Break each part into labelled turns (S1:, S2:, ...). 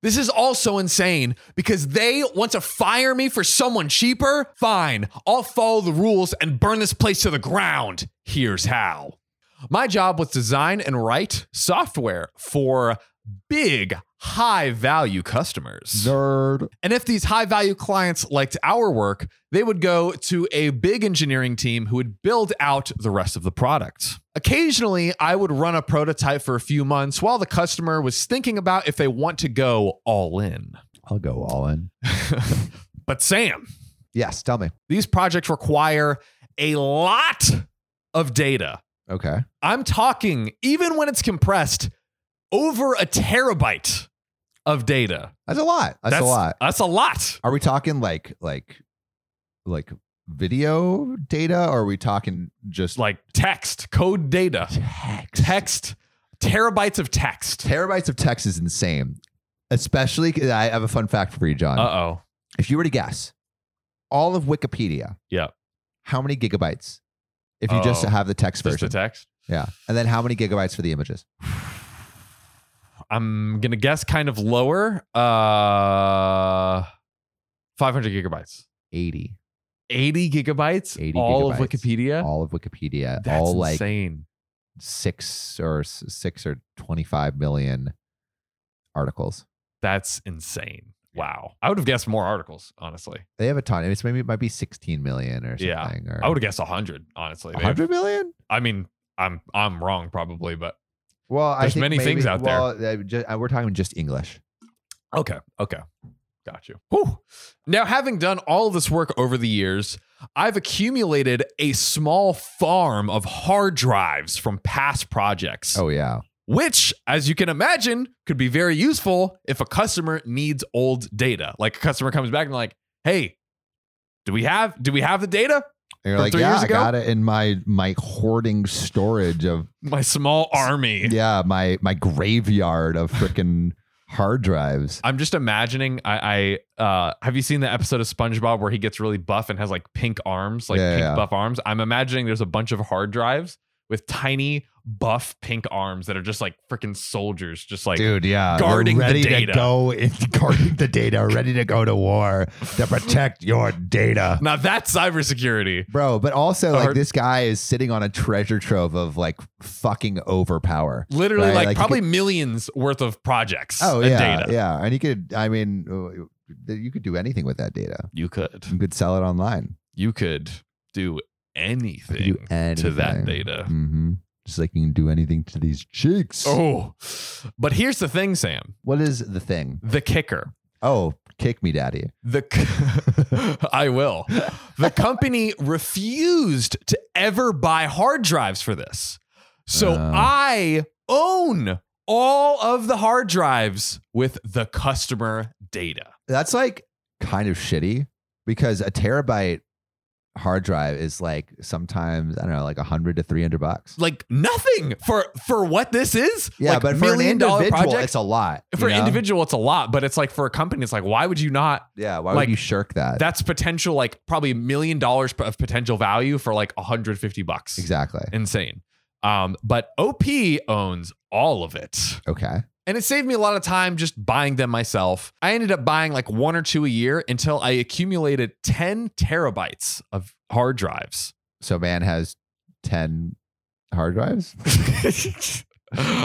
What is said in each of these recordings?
S1: This is also insane because they want to fire me for someone cheaper? Fine, I'll follow the rules and burn this place to the ground. Here's how. My job was design and write software for big, high value customers.
S2: Nerd.
S1: And if these high value clients liked our work, they would go to a big engineering team who would build out the rest of the product. Occasionally, I would run a prototype for a few months while the customer was thinking about if they want to go all in.
S2: I'll go all in.
S1: But Sam,
S2: Yes, tell me.
S1: these projects require a lot of data.
S2: Okay.
S1: I'm talking, even when it's compressed, over a terabyte of data.
S2: That's a lot. That's, a lot.
S1: That's a lot.
S2: Are we talking like like like video data or are we talking just
S1: Like text, code data.
S2: text?
S1: text terabytes of text.
S2: Terabytes of text is insane. Especially 'cause I have a fun fact for you, John.
S1: Uh oh.
S2: if you were to guess all of Wikipedia,
S1: Yeah.
S2: how many gigabytes? If you just
S1: Oh,
S2: have the text
S1: Just the
S2: version,
S1: text.
S2: yeah, and then how many gigabytes for the images?
S1: I'm gonna guess kind of lower. Uh, 500 gigabytes,
S2: Eighty.
S1: 80 gigabytes,
S2: 80
S1: all of
S2: gigabytes.
S1: Wikipedia.
S2: All of Wikipedia,
S1: That's
S2: all like
S1: insane.
S2: six or s- six or twenty-five million articles.
S1: That's insane. Wow. I would have guessed more articles, honestly.
S2: They have a ton. It's maybe it might be sixteen million or
S1: Yeah.
S2: something. Or
S1: I would have guessed 100, honestly. They have-
S2: hundred million.
S1: I mean, I'm I'm wrong probably, but
S2: Well, I
S1: There's
S2: think
S1: many
S2: maybe-
S1: things out there.
S2: well, there. we're talking just English.
S1: Okay. Okay. Got you. Whew. Now, having done all this work over the years, I've accumulated a small farm of hard drives from past projects,
S2: Oh yeah.
S1: which, as you can imagine, could be very useful if a customer needs old data. Like a customer comes back and like, "Hey, do we have do we have the data?
S2: And you're
S1: From
S2: like,
S1: three
S2: yeah,
S1: years
S2: I
S1: ago?
S2: got it in my my hoarding storage of
S1: My small army."
S2: yeah my my graveyard of freaking hard drives.
S1: I'm just imagining. I, I uh, have you seen the episode of SpongeBob where he gets really buff and has like pink arms, like
S2: Yeah,
S1: pink
S2: yeah.
S1: buff arms? I'm imagining there's a bunch of hard drives with tiny buff pink arms that are just like freaking soldiers, just like
S2: Dude, yeah, they're
S1: guarding the
S2: ready
S1: data.
S2: to go, in, guarding the data, ready to go to war to protect your data,
S1: now that's cybersecurity.
S2: bro. But also, like,
S1: Or-
S2: this guy is sitting on a treasure trove of like fucking overpower.
S1: Literally,
S2: Right,
S1: like,
S2: like you
S1: probably millions worth of projects.
S2: Oh
S1: and
S2: yeah,
S1: data.
S2: yeah, and you could, I mean, uh, you could do anything with that data.
S1: You could,
S2: You could sell it online.
S1: you could do anything.
S2: You could do anything
S1: to that data.
S2: hmm Just like you can do anything to these cheeks.
S1: oh, but here's the thing, Sam.
S2: What is the thing?
S1: The kicker.
S2: Oh, kick me, daddy.
S1: The c- I will. The company refused to ever buy hard drives for this. So
S2: Oh.
S1: I own all of the hard drives with the customer data.
S2: that's like kind of shitty because a terabyte hard drive is like sometimes I don't know, like a hundred to three hundred bucks.
S1: Like nothing for for what this is.
S2: Yeah,
S1: like
S2: but for an individual, it's
S1: project.
S2: a lot. you
S1: For an
S2: know?
S1: individual, it's a lot, but it's like for a company, it's like, why would you not?
S2: yeah, why
S1: like,
S2: would you shirk that?
S1: That's potential, like probably a million dollars of potential value for like 150 bucks.
S2: exactly.
S1: insane. Um, but OP owns all of it.
S2: Okay.
S1: And it saved me a lot of time just buying them myself. I ended up buying like one or two a year until I accumulated 10 terabytes of hard drives.
S2: So man has ten hard drives.
S1: I,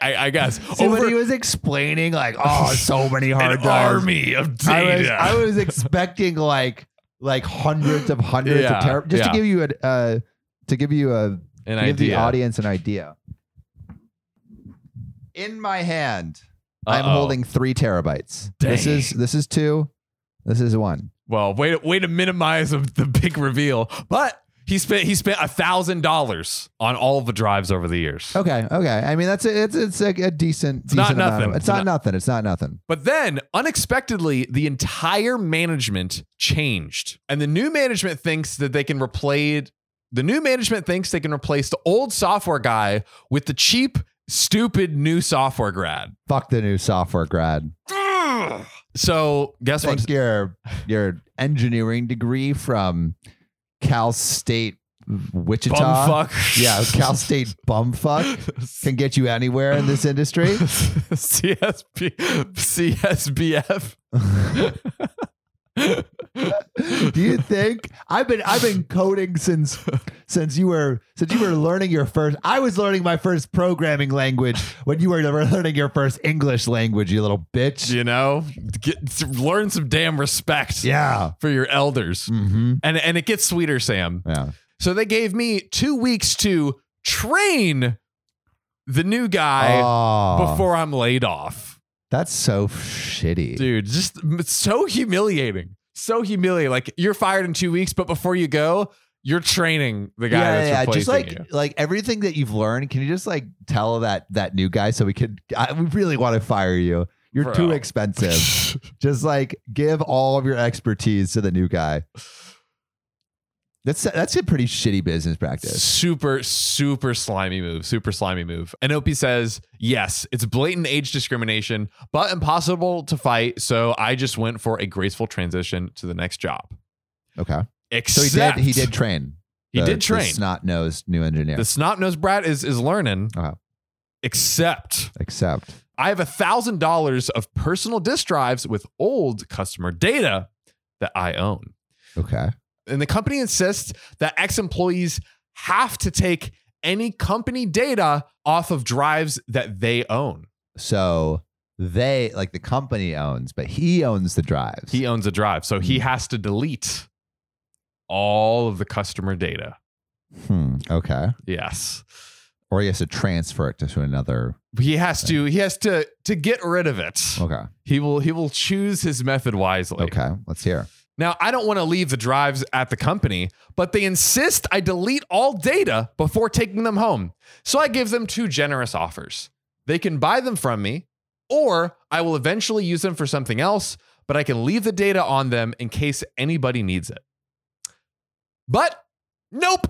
S1: I, I guess.
S2: See, when
S1: Over
S2: he was explaining, like, oh, so many hard
S1: an
S2: drives.
S1: army of
S2: I was,
S1: data.
S2: I was expecting like like hundreds of hundreds
S1: Yeah,
S2: of terabytes. Just
S1: yeah.
S2: to give you a uh, to give you a
S1: An
S2: give the
S1: idea.
S2: audience an idea. In my hand, I'm
S1: Uh-oh.
S2: holding three terabytes. This
S1: Dang.
S2: is this is two. This is one.
S1: Well, way to, way to minimize of the big reveal. But he spent he spent a thousand dollars on all the drives over the years.
S2: Okay, okay. I mean, that's a, it's it's a, a decent.
S1: It's not
S2: decent amount of-
S1: nothing.
S2: it's,
S1: It's
S2: not, nothing. It's not nothing.
S1: But then, unexpectedly, the entire management changed. And the new management thinks that they can replace the new management thinks they can replace the old software guy with the cheap, stupid new software grad.
S2: Fuck the new software grad.
S1: So, guess what?
S2: Take your your engineering degree from Cal State Wichita.
S1: Bumfuck.
S2: Yeah, Cal State bumfuck can get you anywhere in this industry.
S1: CSB, CSBF.
S2: Do you think I've been I've been coding since since you were since you were learning your first I was learning my first programming language when you were learning your first English language, you little bitch.
S1: You know, get, learn some damn respect
S2: Yeah.
S1: for your elders.
S2: Mm-hmm.
S1: And and it gets sweeter, Sam.
S2: Yeah.
S1: So they gave me two weeks to train the new guy
S2: Aw,
S1: before I'm laid off.
S2: Oh, that's so shitty.
S1: Dude, just it's so humiliating. So humiliating. Like you're fired in two weeks, but before you go, you're training the guy that's replacing
S2: just like
S1: you.
S2: like everything that you've learned. Can you just like tell that that new guy so we could? I, we really want to fire you. You're
S1: Bro.
S2: too expensive. just like give all of your expertise to the new guy. That's that's a pretty shitty business practice.
S1: Super, super slimy move. Super slimy move. And Opie says, yes, it's blatant age discrimination, but impossible to fight. So I just went for a graceful transition to the next job.
S2: Okay, so
S1: Except
S2: he did he did train.
S1: he
S2: the-
S1: did train.
S2: the snot nosed new engineer.
S1: The snot nosed brat is is learning.
S2: Uh-huh.
S1: Except
S2: Except
S1: I have a thousand dollars of personal disk drives with old customer data that I own.
S2: okay,
S1: And the company insists that ex-employees have to take any company data off of drives that they own.
S2: so they like the company owns, but he owns the drives.
S1: He owns a drive, so he has to delete all of the customer data.
S2: hmm, okay,
S1: Yes.
S2: or he has to transfer it to, to another.
S1: He has to he has to to get rid of it.
S2: Okay,
S1: He will he will choose his method wisely.
S2: okay, let's hear.
S1: Now, I don't want to leave the drives at the company, but they insist I delete all data before taking them home. So I give them two generous offers. They can buy them from me, or I will eventually use them for something else, but I can leave the data on them in case anybody needs it. But nope.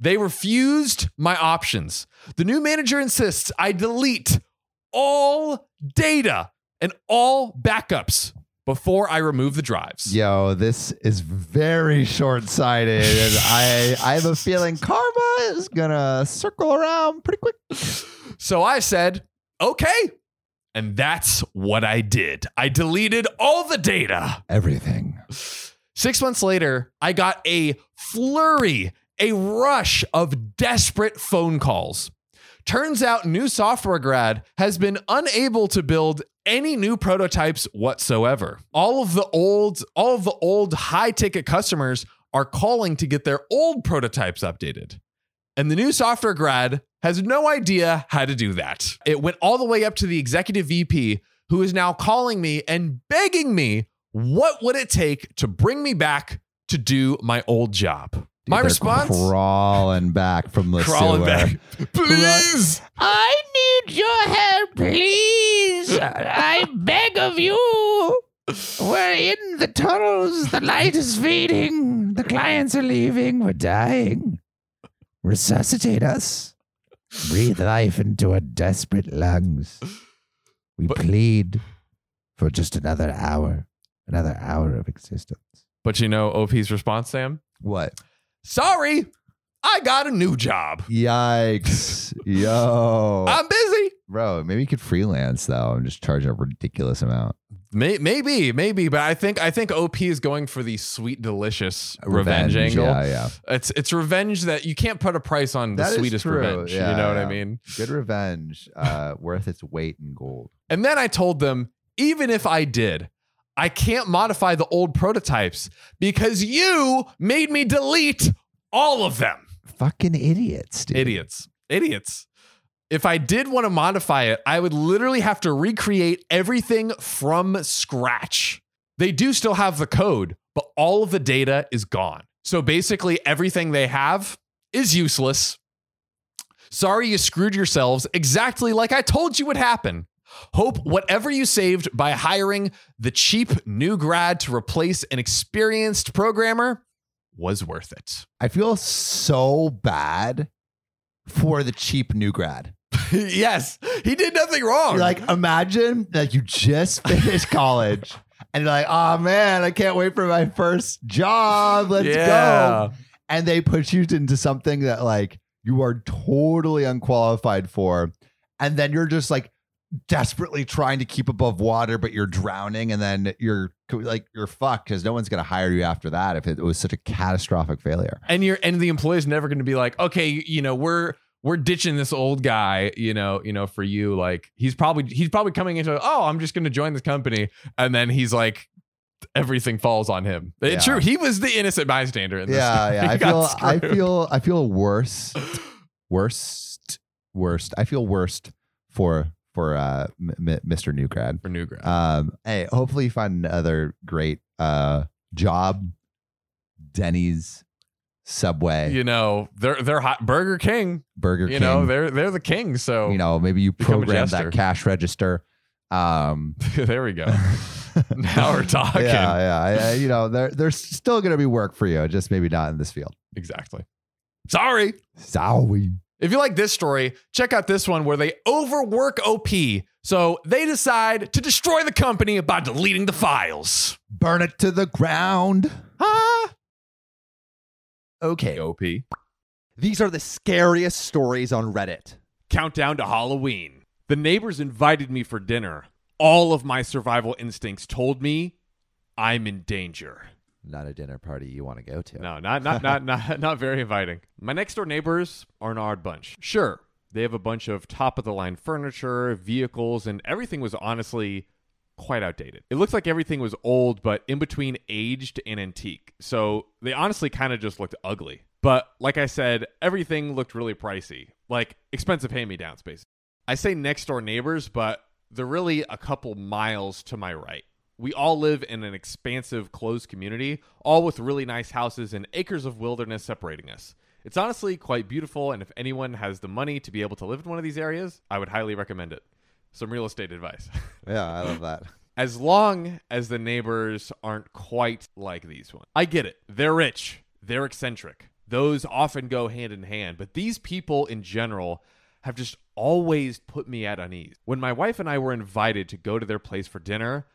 S1: They refused my options. The new manager insists I delete all data and all backups before I remove the drives.
S2: Yo, this is very short sighted, and I I have a feeling karma is gonna circle around pretty quick.
S1: So I said, okay. And that's what I did. I deleted all the data.
S2: Everything.
S1: Six months later, I got a flurry, a rush of desperate phone calls. Turns out, new software grad has been unable to build any new prototypes whatsoever. All of the old, all of the old high ticket customers are calling to get their old prototypes updated. And the new software grad has no idea how to do that. It went all the way up to the executive VP, who is now calling me and begging me, what would it take to bring me back to do my old job? my
S2: They're
S1: response?
S2: crawling back from the
S1: crawling
S2: sewer.
S1: back. Please!
S2: I need your help, please. I beg of you. We're in the tunnels. The light is fading. The clients are leaving. We're dying. Resuscitate us. Breathe life into our desperate lungs. We
S1: But-
S2: plead for just another hour, another hour of existence.
S1: But you know OP's response, Sam?
S2: What?
S1: Sorry, I got a new job.
S2: Yikes. Yo.
S1: I'm busy.
S2: Bro, maybe you could freelance though and just charge a ridiculous amount.
S1: May- maybe, maybe, but I think I think OP is going for the sweet, delicious revenge, angle.
S2: Yeah, yeah.
S1: It's it's revenge that you can't put a price on the
S2: That is
S1: sweetest
S2: true.
S1: revenge. you
S2: Yeah,
S1: know what I
S2: yeah.
S1: mean?
S2: Good revenge, uh, worth its weight in gold.
S1: And then I told them, even if I did, I can't modify the old prototypes because you made me delete all of them.
S2: Fucking idiots, dude.
S1: Idiots. Idiots. If I did want to modify it, I would literally have to recreate everything from scratch. They do still have the code, but all of the data is gone. So basically, everything they have is useless. Sorry you screwed yourselves exactly like I told you would happen. Hope whatever you saved by hiring the cheap new grad to replace an experienced programmer was worth it.
S2: I feel so bad for the cheap new grad.
S1: yes, he did nothing wrong.
S2: Like, imagine that you just finished college and you're like, oh man, I can't wait for my first job. Let's go. and they put you into something that like you are totally unqualified for and then you're just like desperately trying to keep above water but you're drowning and then you're co- like you're fucked because no one's going to hire you after that if it was such a catastrophic failure
S1: and you're and the employer's never going to be like okay you, you know we're we're ditching this old guy you know you know for you like he's probably he's probably coming into oh i'm just going to join this company and then he's like everything falls on him It's
S2: Yeah.
S1: true he was the innocent bystander in this
S2: yeah yeah
S1: He
S2: i
S1: got
S2: feel i
S1: screwed.
S2: feel i feel worse worst worst i feel worst for for uh m- m- mr newgrad
S1: for new grad
S2: um hey hopefully you find another great uh job denny's subway
S1: you know they're they're hot burger king
S2: burger
S1: you
S2: king
S1: know they're they're the king so
S2: you know maybe you
S1: Become a
S2: program
S1: jester.
S2: that cash register um
S1: there we go now we're talking
S2: yeah yeah I- I- you know there, there's still gonna be work for you just maybe not in this field
S1: exactly sorry
S2: sorry
S1: If you like this story, check out this one where they overwork OP. So they decide to destroy the company by deleting the files.
S2: burn it to the ground
S1: Ah.
S2: okay
S1: OP.
S2: These are the scariest stories on Reddit.
S1: Countdown to Halloween. The neighbors invited me for dinner. All of my survival instincts told me I'm in danger.
S2: Not a dinner party you want to go to.
S1: No, not not not not not very inviting. My next door neighbors are an odd bunch. Sure, they have a bunch of top of the line furniture, vehicles, and everything was honestly quite outdated. It looks like everything was old, but in between aged and antique. So they honestly kind of just looked ugly. But like I said, everything looked really pricey, like expensive hand me downs, basically. I say next door neighbors, but they're really a couple miles to my right. We all live in an expansive, closed community, all with really nice houses and acres of wilderness separating us. It's honestly quite beautiful, and if anyone has the money to be able to live in one of these areas, I would highly recommend it. Some real estate advice.
S2: Yeah, I love that.
S1: as long as the neighbors aren't quite like these ones. I get it. They're rich, they're eccentric. Those often go hand in hand, but these people in general have just always put me at unease. When my wife and I were invited to go to their place for dinner,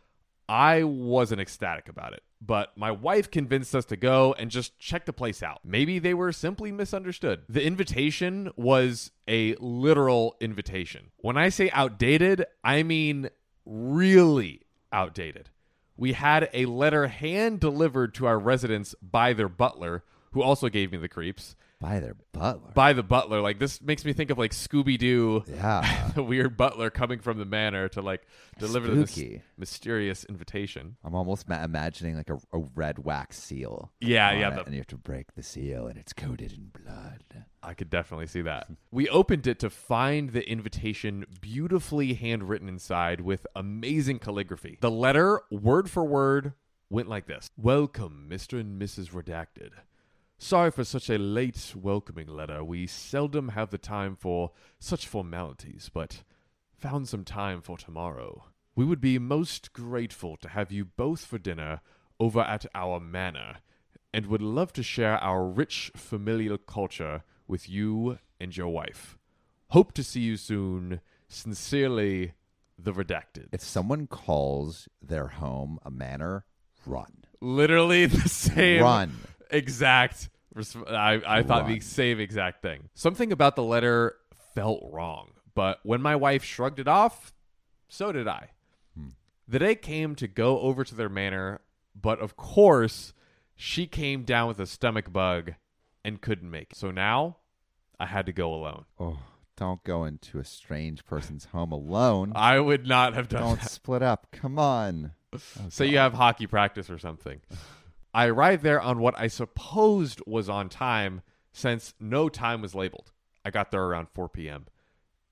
S1: I wasn't ecstatic about it, but my wife convinced us to go and just check the place out. Maybe they were simply misunderstood. The invitation was a literal invitation. When I say outdated, I mean really outdated. We had a letter hand delivered to our residence by their butler, who also gave me the creeps.
S2: By their butler.
S1: By the butler, like this makes me think of like Scooby Doo
S2: yeah.
S1: the weird butler coming from the manor to like deliver this
S2: Spooky.
S1: mysterious invitation.
S2: I'm almost ma- imagining like a, a red wax seal.
S1: Yeah,
S2: on
S1: yeah,
S2: it,
S1: the-
S2: and you have to break the seal, and it's coated in blood.
S1: I could definitely see that. We opened it to find the invitation beautifully handwritten inside with amazing calligraphy. The letter, word for word, went like this Welcome, Mr. and Mrs. Redacted. Sorry for such a late welcoming letter. We seldom have the time for such formalities, but found some time for tomorrow. We would be most grateful to have you both for dinner over at our manor and would love to share our rich familial culture with you and your wife. Hope to see you soon. Sincerely, the redacted.
S2: If someone calls their home a manor, run,
S1: literally the same
S2: run.
S1: exact. Resp- I, I thought the
S2: Run.
S1: same exact thing. Something about the letter felt wrong, but when my wife shrugged it off, so did I.
S2: Hmm.
S1: The day came to go over to their manor, but of course, she came down with a stomach bug and couldn't make it. So now I had to go alone.
S2: Oh, don't go into a strange person's home alone.
S1: I would not have done
S2: don't
S1: that.
S2: split up. Come on.
S1: Say you have hockey practice or something. I arrived there on what I supposed was on time since no time was labeled. I got there around 4 p.m.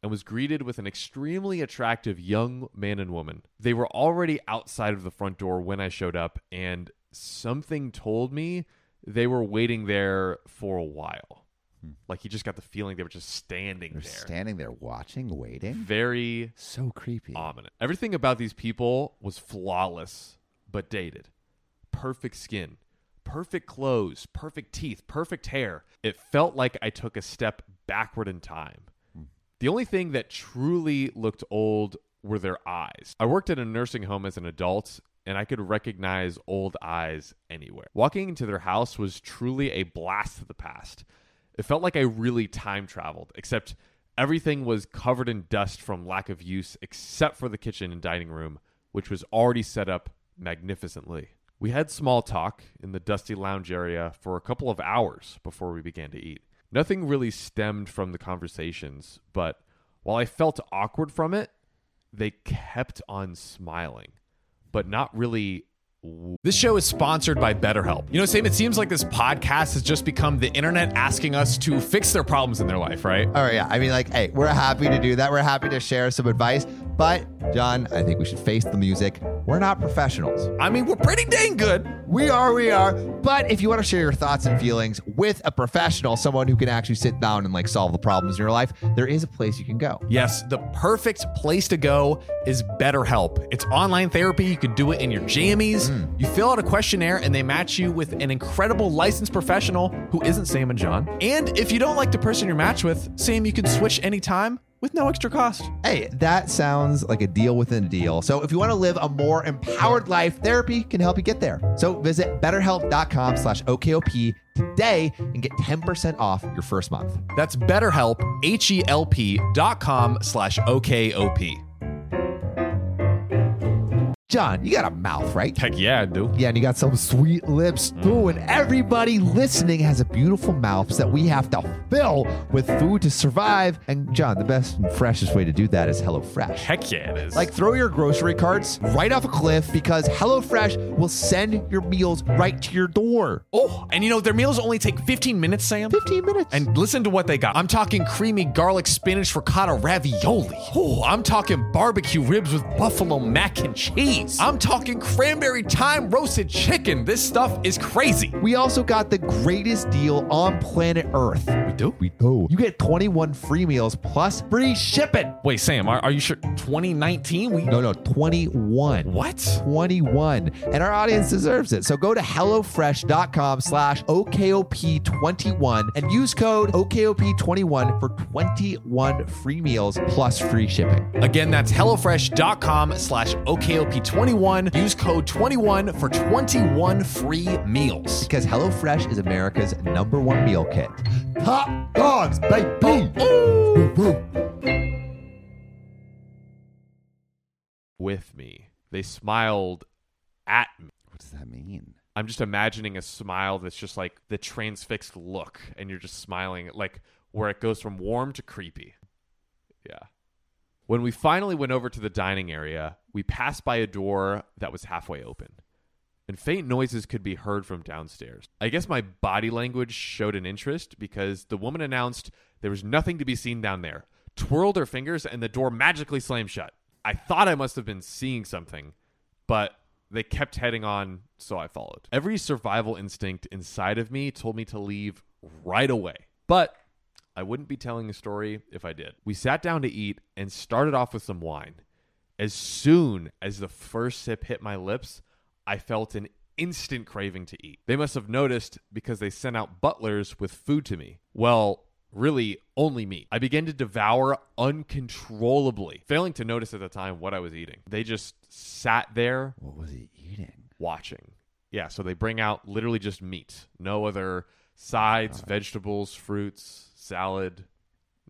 S1: and was greeted with an extremely attractive young man and woman. They were already outside of the front door when I showed up, and something told me they were waiting there for a while. Like you just got the feeling they were just standing
S2: They're
S1: there.
S2: standing there watching, waiting.
S1: Very
S2: So creepy.
S1: ominous. Everything about these people was flawless but dated. Perfect skin, perfect clothes, perfect teeth, perfect hair. It felt like I took a step backward in time. The only thing that truly looked old were their eyes. I worked at a nursing home as an adult and I could recognize old eyes anywhere. Walking into their house was truly a blast to the past. It felt like I really time traveled, except everything was covered in dust from lack of use, except for the kitchen and dining room, which was already set up magnificently. We had small talk in the dusty lounge area for a couple of hours before we began to eat. Nothing really stemmed from the conversations, but while I felt awkward from it, they kept on smiling, but not really. This show is sponsored by BetterHelp. You know, Sam, it seems like this podcast has just become the internet asking us to fix their problems in their life, right?
S2: All right, yeah. I mean, like, hey, we're happy to do that. We're happy to share some advice. But, John, I think we should face the music. We're not professionals.
S1: I mean, we're pretty dang good.
S2: We are, we are. But if you want to share your thoughts and feelings with a professional, someone who can actually sit down and like solve the problems in your life, there is a place you can go.
S1: Yes, the perfect place to go is BetterHelp. It's online therapy. You can do it in your jammies. You fill out a questionnaire, and they match you with an incredible licensed professional who isn't Sam and John. And if you don't like the person you're matched with, Sam, you can switch anytime with no extra cost.
S2: Hey, that sounds like a deal within a deal. So if you want to live a more empowered life, therapy can help you get there. So visit betterhelp.com slash OKOP today and get 10% off your first month.
S1: That's BetterHelp, H-E-L-P dot com slash O-K-O-P.
S2: John, you got a mouth, right?
S1: Heck yeah, I do.
S2: Yeah, and you got some sweet lips too. And everybody listening has a beautiful mouth that we have to fill with food to survive. And John, the best and freshest way to do that is HelloFresh.
S1: Heck yeah, it is.
S2: Like throw your grocery carts right off a cliff because HelloFresh will send your meals right to your door.
S1: oh, and you know, their meals only take 15 minutes, Sam.
S2: 15 minutes.
S1: And listen to what they got. I'm talking creamy garlic spinach ricotta ravioli. Oh, I'm talking barbecue ribs with buffalo mac and cheese. I'm talking cranberry thyme roasted chicken. This stuff is crazy.
S2: we also got the greatest deal on planet Earth.
S1: We do? We
S2: Oh, you get 21 free meals plus free shipping.
S1: Wait, Sam, are, are you sure 2019? We
S2: No, no, 21.
S1: What?
S2: 21 and our audience deserves it so go to hellofresh.com slash okop21 and use code okop21 for 21 free meals plus free shipping
S1: Again, that's HelloFresh.com slash OKOP21. Use code 21 for 21 free meals.
S2: because hellofresh is america's number one meal kit top dogs baby
S1: With me. They smiled at me.
S2: what does that mean
S1: I'm just imagining a smile that's just like the transfixed look, and you're just smiling, like where it goes from warm to creepy. Yeah. When we finally went over to the dining area, we passed by a door that was halfway open, and faint noises could be heard from downstairs. I guess my body language showed an interest because the woman announced there was nothing to be seen down there, twirled her fingers, and the door magically slammed shut. I thought I must have been seeing something, but they kept heading on, so I followed. Every survival instinct inside of me told me to leave right away, but I wouldn't be telling a story if I did. We sat down to eat and started off with some wine. As soon as the first sip hit my lips, I felt an instant craving to eat. They must have noticed because they sent out butlers with food to me. Well, really, only me. I began to devour uncontrollably, failing to notice at the time what I was eating. They just sat there
S2: what was he eating
S1: watching. Yeah, so they bring out literally just meat, no other sides, vegetables, fruits, salad,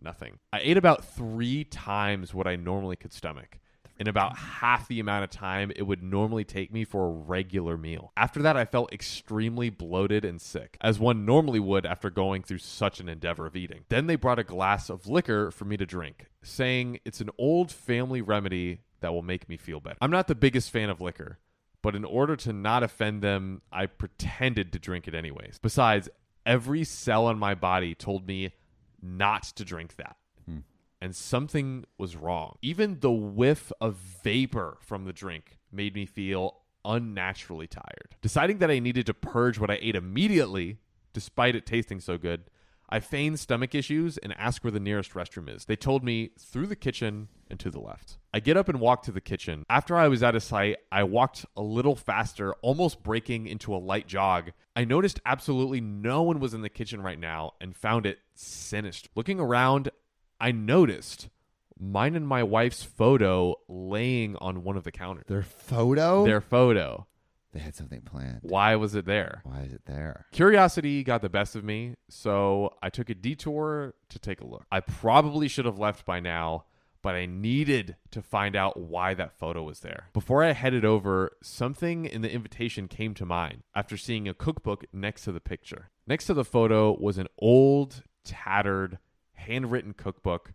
S1: nothing. I ate about three times what I normally could stomach. In about half the amount of time it would normally take me for a regular meal. After that, I felt extremely bloated and sick, as one normally would after going through such an endeavor of eating. Then they brought a glass of liquor for me to drink, saying it's an old family remedy that will make me feel better. I'm not the biggest fan of liquor, but in order to not offend them, I pretended to drink it anyways. Besides, every cell in my body told me not to drink that. And something was wrong. Even the whiff of vapor from the drink made me feel unnaturally tired. Deciding that I needed to purge what I ate immediately, despite it tasting so good, I feigned stomach issues and asked where the nearest restroom is. They told me through the kitchen and to the left. I get up and walk to the kitchen. After I was out of sight, I walked a little faster, almost breaking into a light jog. I noticed absolutely no one was in the kitchen right now and found it sinister. Looking around, I noticed
S3: mine and my wife's photo laying on one of the counters.
S2: Their photo?
S3: Their photo.
S2: they had something planned.
S3: Why was it there?
S2: Why is it there?
S3: Curiosity got the best of me, so I took a detour to take a look. I probably should have left by now, but I needed to find out why that photo was there. Before I headed over, something in the invitation came to mind after seeing a cookbook next to the picture. Next to the photo was an old, tattered, handwritten cookbook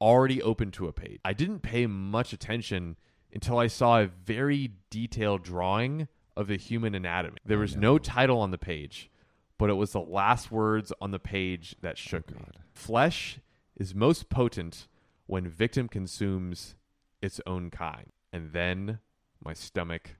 S3: already open to a page. I didn't pay much attention until I saw a very detailed drawing of the human anatomy. There was no title on the page, but it was the last words on the page that shook me. Flesh is most potent when victim consumes its own kind. And then my stomach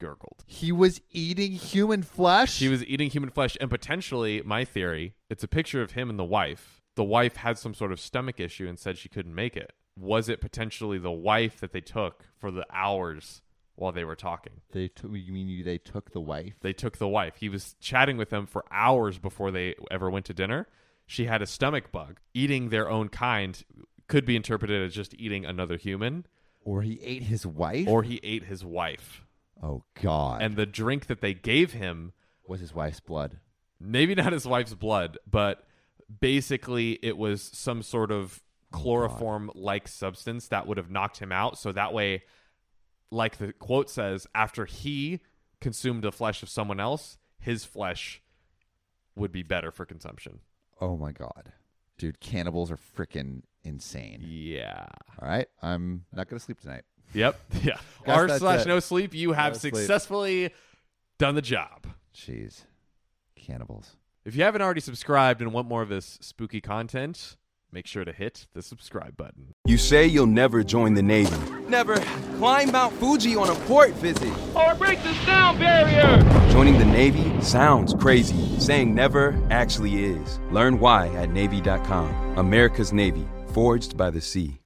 S3: gurgled.
S2: He was eating human flesh?
S3: She was eating human flesh, and potentially, my theory, it's a picture of him and the wife. The wife had some sort of stomach issue and said she couldn't make it. Was it potentially the wife that they took for the hours while they were talking?
S2: They took. You mean you, they took the wife?
S3: They took the wife. He was chatting with them for hours before they ever went to dinner. She had a stomach bug. Eating their own kind could be interpreted as just eating another human,
S2: or he ate his wife?
S3: or he ate his wife.
S2: oh God!
S3: And the drink that they gave him
S2: was his wife's blood?
S3: maybe not his wife's blood, but basically it was some sort of
S2: Oh,
S3: chloroform like substance that would have knocked him out. So that way, like the quote says, after he consumed the flesh of someone else, his flesh would be better for consumption.
S2: Oh my God, dude! Cannibals are freaking insane.
S3: Yeah.
S2: All right, I'm not gonna sleep tonight.
S3: Yep. Yeah.
S2: Guess
S3: R
S2: that's
S3: slash
S2: it.
S3: no sleep. You have
S2: No sleep.
S3: successfully done the job.
S2: Jeez, cannibals.
S3: If you haven't already subscribed and want more of this spooky content, make sure to hit the subscribe button.
S4: You say you'll never join the Navy. Never climb Mount Fuji on a port visit.
S5: or break the sound barrier.
S4: Joining the Navy sounds crazy. Saying never actually is. Learn why at Navy.com. America's Navy, forged by the sea.